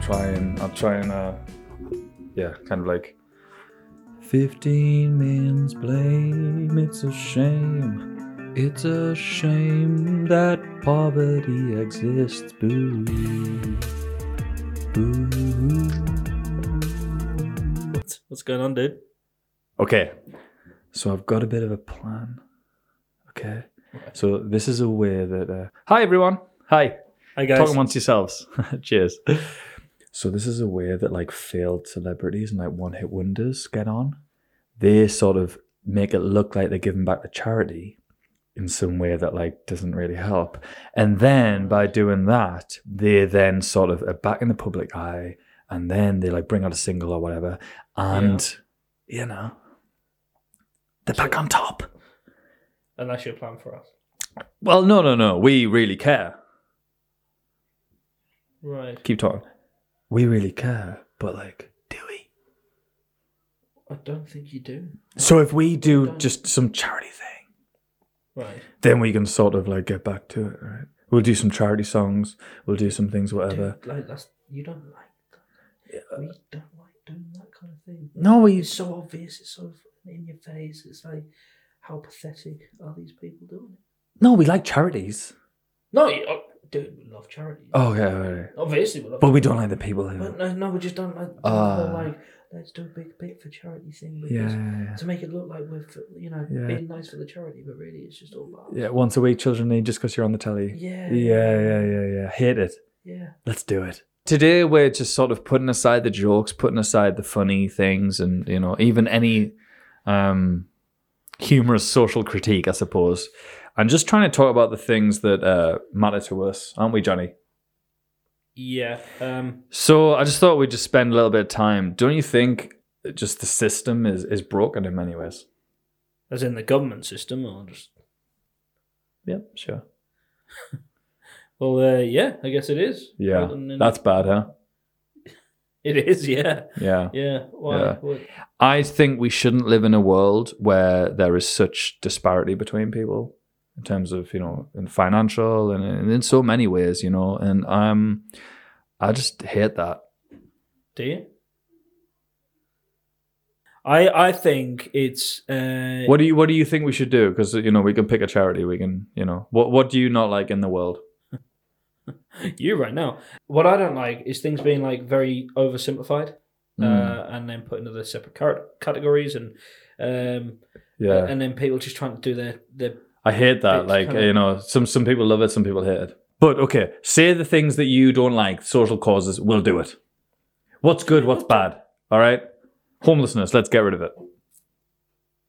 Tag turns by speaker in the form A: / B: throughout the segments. A: try and I'll try and uh, yeah, kind of like. Fifteen men's blame. It's a shame. It's a shame that poverty exists. Boo. Boo.
B: What's, what's going on, dude?
A: Okay. So I've got a bit of a plan. Okay. So this is a way that. Uh, hi everyone. Hi.
B: Hey guys.
A: Talk amongst yourselves. Cheers. So this is a way that like failed celebrities and like one hit wonders get on. They sort of make it look like they're giving back to charity in some way that like doesn't really help. And then by doing that, they then sort of are back in the public eye and then they like bring out a single or whatever. And you know they're back on top.
B: and that's your plan for us.
A: Well no no no. We really care.
B: Right.
A: Keep talking. We really care, but like do we?
B: I don't think you do.
A: So if we do just some charity thing.
B: Right.
A: then we can sort of like get back to it, right? We'll do some charity songs, we'll do some things, whatever.
B: Dude, like that's you don't like. We don't like doing that kind of thing.
A: No, we
B: It's so obvious. It's so in your face. It's like, how pathetic are these people doing it?
A: no, we like charities.
B: No, you, oh, dude, we love charity.
A: Oh yeah, right, right.
B: Obviously, we love.
A: but we don't like the people who.
B: But no, no, we just don't like. the
A: Ah.
B: whole, like, let's do a big bit for charity thing.
A: Yeah,
B: Because
A: yeah, yeah.
B: To make it look like we're, for, you know,
A: Yeah.
B: being nice for the charity, but really it's just all about.
A: yeah. Once a week, children need just because you're on the telly.
B: Yeah.
A: Yeah, yeah, yeah, yeah. Hate it.
B: Yeah.
A: Let's do it. Today we're just sort of putting aside the jokes, putting aside the funny things, and you know even any um, humorous social critique, I suppose, and just trying to talk about the things that uh, matter to us, aren't we, Johnny?
B: Yeah. Um.
A: So I just thought we'd just spend a little bit of time. Don't you think that just the system is, is broken in many ways?
B: As in the government system, or just.
A: Yep, sure.
B: Well, uh, yeah, I guess it is.
A: Yeah.
B: Well, and then-
A: That's bad, huh?
B: it is. Yeah,
A: Yeah.
B: yeah. Why?
A: Yeah.
B: What-
A: I think we shouldn't live in a world where there is such disparity between people in terms of, you know, in financial and, and in so many ways, you know. And um I just hate that.
B: do you? I I think it's. Uh,
A: What do you what do you think we should do? Because you know, we can pick a charity, we can, you know. What what do you not like in the world?
B: you right now? What I don't like is things being like very oversimplified,
A: Hmm. Mm,
B: uh, and then put into the separate car- categories and. Um,
A: yeah.
B: and then people just trying to do their, their
A: I hate that.
B: It's
A: like
B: kinda-
A: you know, some some people love it, some people hate it. But okay, say the things that you don't like. Social causes, we'll do it. What's good? What's bad? All right. Homelessness, let's get rid of it.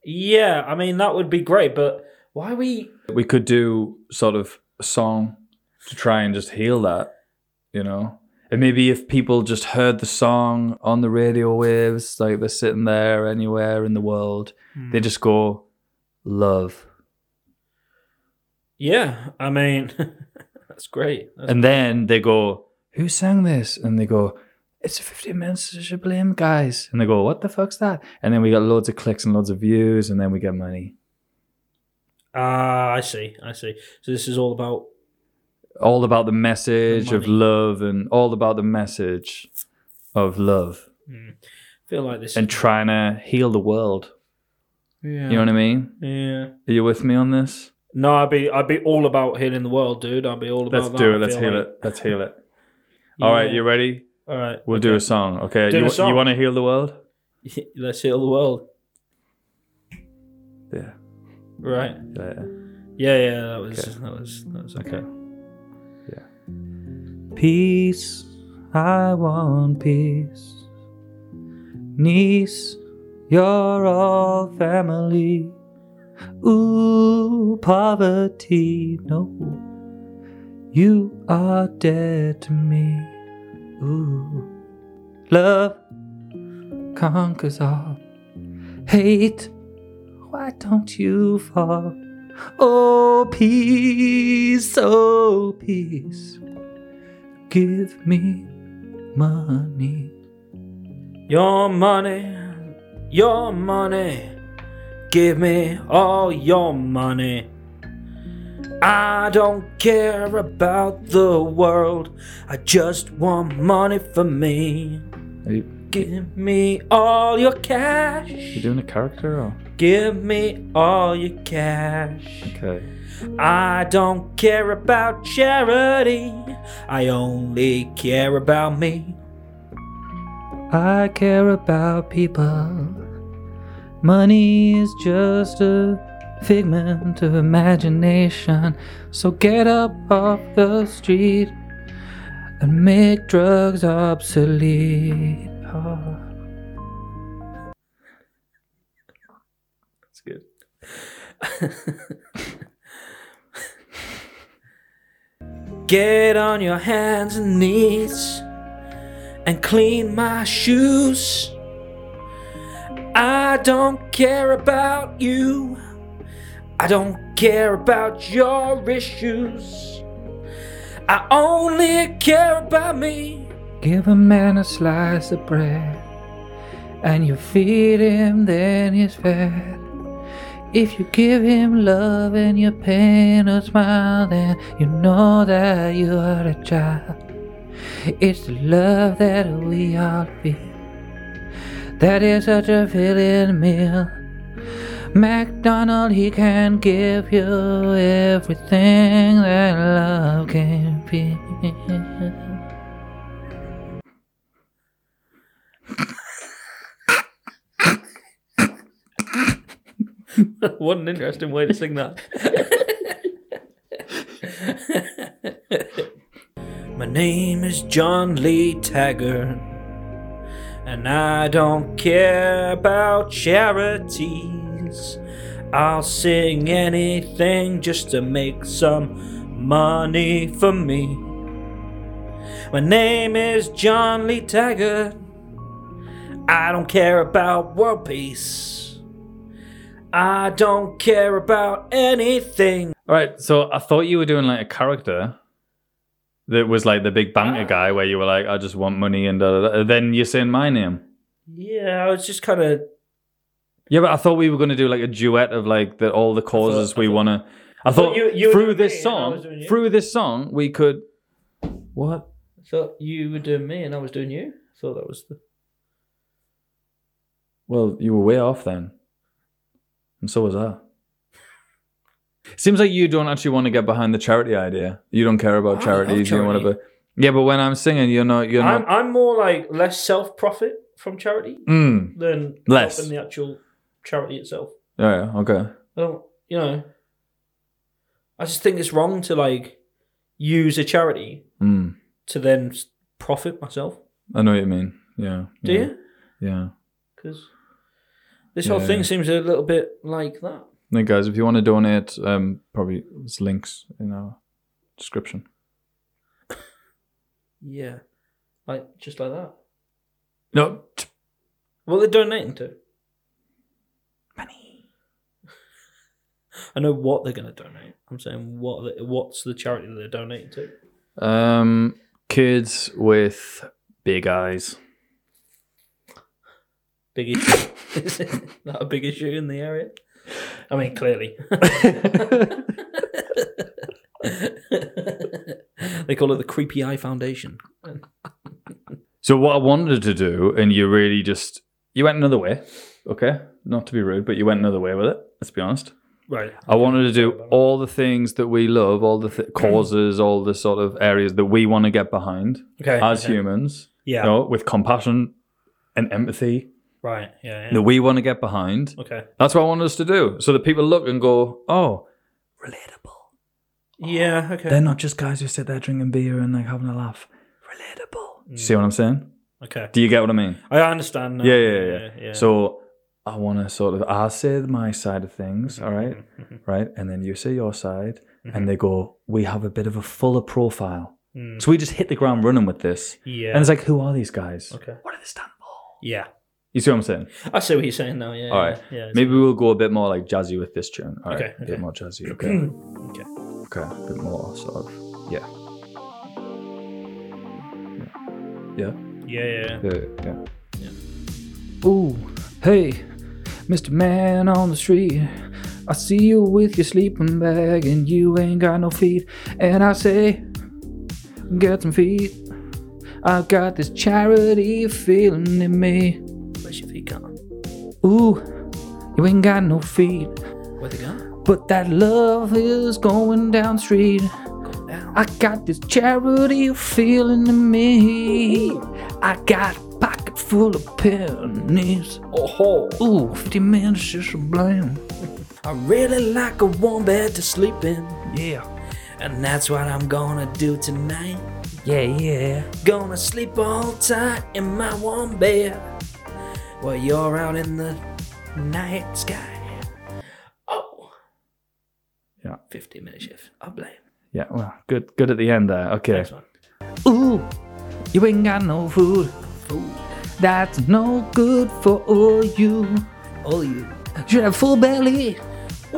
B: yeah i mean that would be great but why are we
A: We could do sort of a song to try and just heal that, you know. And maybe if people just heard the song on the radio waves, like they're sitting there anywhere in the world,
B: Hmm.
A: they just go, "Love."
B: yeah i mean that's great That's-
A: And then they go, Who sang this? And they go, It's a 15 minutes to blame, guys. And they go, What the fuck's that? And then we got loads of clicks and loads of views, and then we get money.
B: ah i see i see so this is all about
A: All about the message
B: The
A: of
B: money.
A: love and all about the message of love
B: hmm, I feel like this
A: and trying to heal the world.
B: yeah.
A: You know what I mean?
B: yeah
A: Are you with me on this?
B: no i'd be i'd be all about healing the world dude i'd be all about
A: Let's
B: that.
A: do
B: I
A: it. Let's
B: feel
A: heal
B: like-
A: it. Let's heal it. All right,
B: Yeah.
A: you ready?
B: all right
A: We'll do a song, okay?
B: Do
A: you
B: a song.
A: you want to heal the world?
B: let's heal the world
A: Yeah.
B: right
A: yeah.
B: yeah yeah that was that was that was okay
A: Peace, I want peace. Niece, you're all family. Ooh, poverty, no. You are dead to me. Ooh. Love conquers all. Hate, why don't you fall? Oh, peace, oh, peace. Give me money.
B: Your money, your money, give me all your money. I don't care about the world. I just want money for me.
A: Are you,
B: Give me all your cash.
A: you doing a character or?
B: Give me all your cash.
A: Okay.
B: I don't care about charity. I only care about me.
A: I care about people. Money is just a figment of imagination. So get up off the street and make drugs obsolete. Oh. That's good.
B: Get on your hands and knees and clean my shoes. I don't care about you. I don't care about your issues. I only care about me.
A: Give a man a slice of bread, and you feed him, then he's fed. If you give him love and your pain a smile, then you know that you are a child. It's the love that we all feel. That is such a filling meal. MacDonald, he can give you everything that love can be.
B: what an interesting way to sing that. My name is John Lee Taggart, and I don't care about charities. I'll sing anything just to make some money for me. My name is John Lee Taggart. I don't care about world peace. I don't care about anything.
A: All right, so I thought you were doing like a character that was like the big banker guy, where you were like, "I just want money," and da, da, da. then you're saying my name.
B: Yeah, I was just kind of.
A: Yeah, but I thought we were going to do like a duet of like the, all the causes
B: I
A: we
B: thought-
A: want to. I
B: thought
A: thought
B: you- you were
A: through
B: doing me
A: this
B: and I was doing
A: song,
B: you.
A: through this song, we could. What?
B: thought you were doing me and I was doing you. I thought that was the.
A: Well, you were way off then, and so was I. Seems like you don't actually want to get behind the charity idea. You don't care
B: I
A: about
B: love
A: charities. You want to
B: charity.
A: be. Yeah, but when I'm singing, you're not. You're
B: I'm,
A: not.
B: I'm more like less self profit from charity
A: Mm.
B: than
A: Less.
B: than the actual charity itself.
A: Yeah. Okay.
B: I don't, you know. I just think it's wrong to like use a charity
A: Mm.
B: to then s- profit myself.
A: I know what you mean. Yeah.
B: Do
A: yeah,
B: you?
A: Yeah.
B: Because this whole
A: Mm-hmm. Yeah.
B: thing seems a little bit like that.
A: Hey guys, if you want to donate, um, probably there's links in our description.
B: Yeah, like just like that.
A: No. t-
B: What they're donating to?
A: Money.
B: I know what they're going to donate. I'm saying what are they- what's the charity that they're donating to?
A: Um, kids with big eyes.
B: Big issue. Is it not a big issue in the area? I mean, clearly. they call it the Creepy Eye Foundation.
A: So what I wanted to do, and you really just you went another way. Okay, not to be rude, but you went another way with it. Let's be honest.
B: Right.
A: I wanted to do all the things that we love, all the th- causes, all the sort of areas that we want to get behind
B: Okay.
A: as
B: okay.
A: humans.
B: Yeah.
A: You know, with compassion and empathy.
B: Right. Yeah. yeah.
A: that we want to get behind.
B: Okay.
A: That's what I want us to do. So that people look and go, oh, relatable.
B: Yeah. Okay.
A: They're not just guys who sit there drinking beer and like having a laugh. Relatable.
B: Mm.
A: You see what I'm saying?
B: okay.
A: Do you get what I mean?
B: I understand. Now.
A: Yeah, yeah, yeah,
B: yeah.
A: So I want to sort of, I say my side of things,
B: Mm-hmm.
A: all right? Right? And then you say your side, and they go, we have a bit of a fuller profile.
B: Mm,
A: So we just hit the ground running with this.
B: yeah.
A: And it's like, who are these guys?
B: okay.
A: What do they stand for?
B: Yeah.
A: You see what I'm saying?
B: I see what you're saying now. Yeah.
A: All
B: yeah,
A: right.
B: Yeah.
A: Maybe we'll go a bit more like jazzy with this tune. All right.
B: Okay,
A: A
B: okay.
A: bit more jazzy. Okay.
B: okay.
A: Okay, a bit more sort of. Yeah. Yeah.
B: Yeah. Yeah.
A: Yeah. Yeah. Ooh, hey, Mr. Man on the street. I see you with your sleeping bag and you ain't got no feet. And I say, get some feet. I've got this charity feeling in me.
B: Where's your feet gone?
A: Ooh, you ain't got no feet.
B: Where they gone?
A: But that love is going down street.
B: Going down.
A: I got this charity feeling in me. I got a pocket full of pennies.
B: Oh ho!
A: Ooh, 50 minutes is a blame.
B: I really like a warm bed to sleep in,
A: Yeah,
B: and that's what I'm gonna do tonight.
A: yeah, yeah.
B: Gonna sleep all tight in my warm bed while you're out in the night sky. Oh.
C: Yeah.
B: 50 minute shift. I blame.
C: Yeah, well, good good at the end there. Okay.
B: Next one.
A: Ooh, you ain't got no food.
B: Food.
A: That's no good for all you.
B: All you.
A: Should have full belly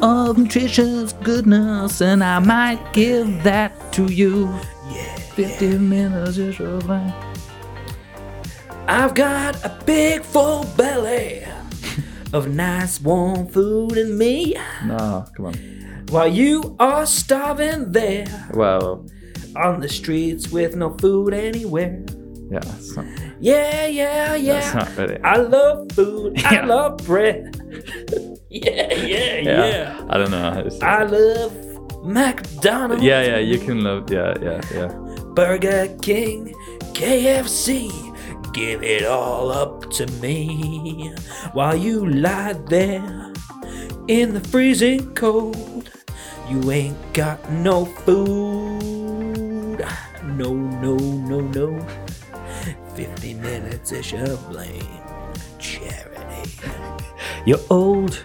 A: of nutritious goodness, and I might give that to you.
B: Yeah.
A: 50 minutes is a blame.
B: I've got a big full belly of nice warm food in me
C: No, come on.
B: while you are starving there
C: Well,
B: on the streets with no food anywhere.
C: yeah, that's not,
B: Yeah, yeah, yeah.
C: that's not really.
B: I love food. I
C: Yeah.
B: love bread. yeah, yeah, yeah,
C: I don't know. It's-
B: I love McDonald's,
C: yeah, yeah, you can love. Yeah, yeah, yeah.
B: Burger King, KFC. Give it all up to me while you lie there in the freezing cold. You ain't got no food. No, no, no, no. 50 minutes is your blame. Charity.
A: You're old,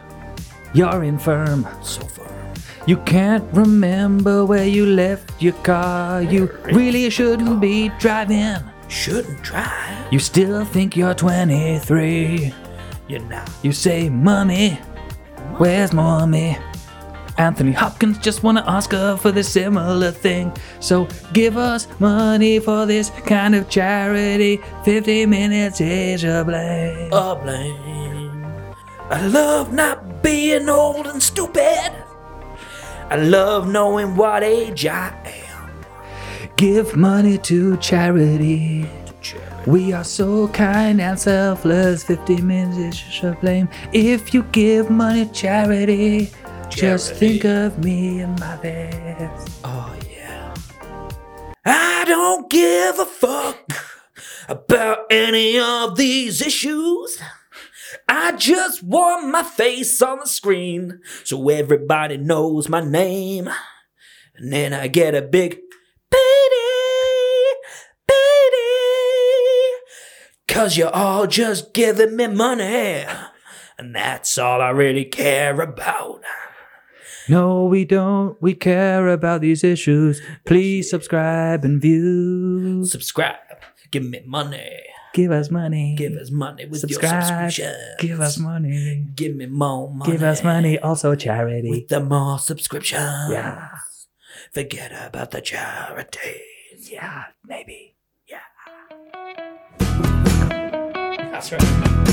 A: you're infirm,
B: So far.
A: you can't remember where you left your car. You really shouldn't be driving.
B: Shouldn't try.
A: You still think you're 23.
B: You're not.
A: You say, Mummy, where's Mommy? Anthony Hopkins just won an Oscar for this similar thing. So give us money for this kind of charity. 50 minutes is a blame.
B: A blame. I love not being old and stupid. I love knowing what age I am.
A: Give money to charity.
B: Jerry.
A: We are so kind and selfless. 50 minutes is just a blame. If you give money to charity, just
B: Charity.
A: think of me and my best.
B: Oh, yeah. I don't give a fuck about any of these issues. I just want my face on the screen so everybody knows my name. And then I get a big payday, payday. Cause you're all just giving me money. And that's all I really care about.
A: No, we don't. We care about these issues. Please subscribe and view.
B: Subscribe. Give me money.
A: Give us money.
B: Give us money with your
A: Subscribe.
B: subscriptions.
A: Give us money.
B: Give me more money.
A: Give us money. Also charity.
B: With the more subscriptions.
A: Yeah.
B: Forget about the charities.
A: Yeah, maybe.
B: That's right.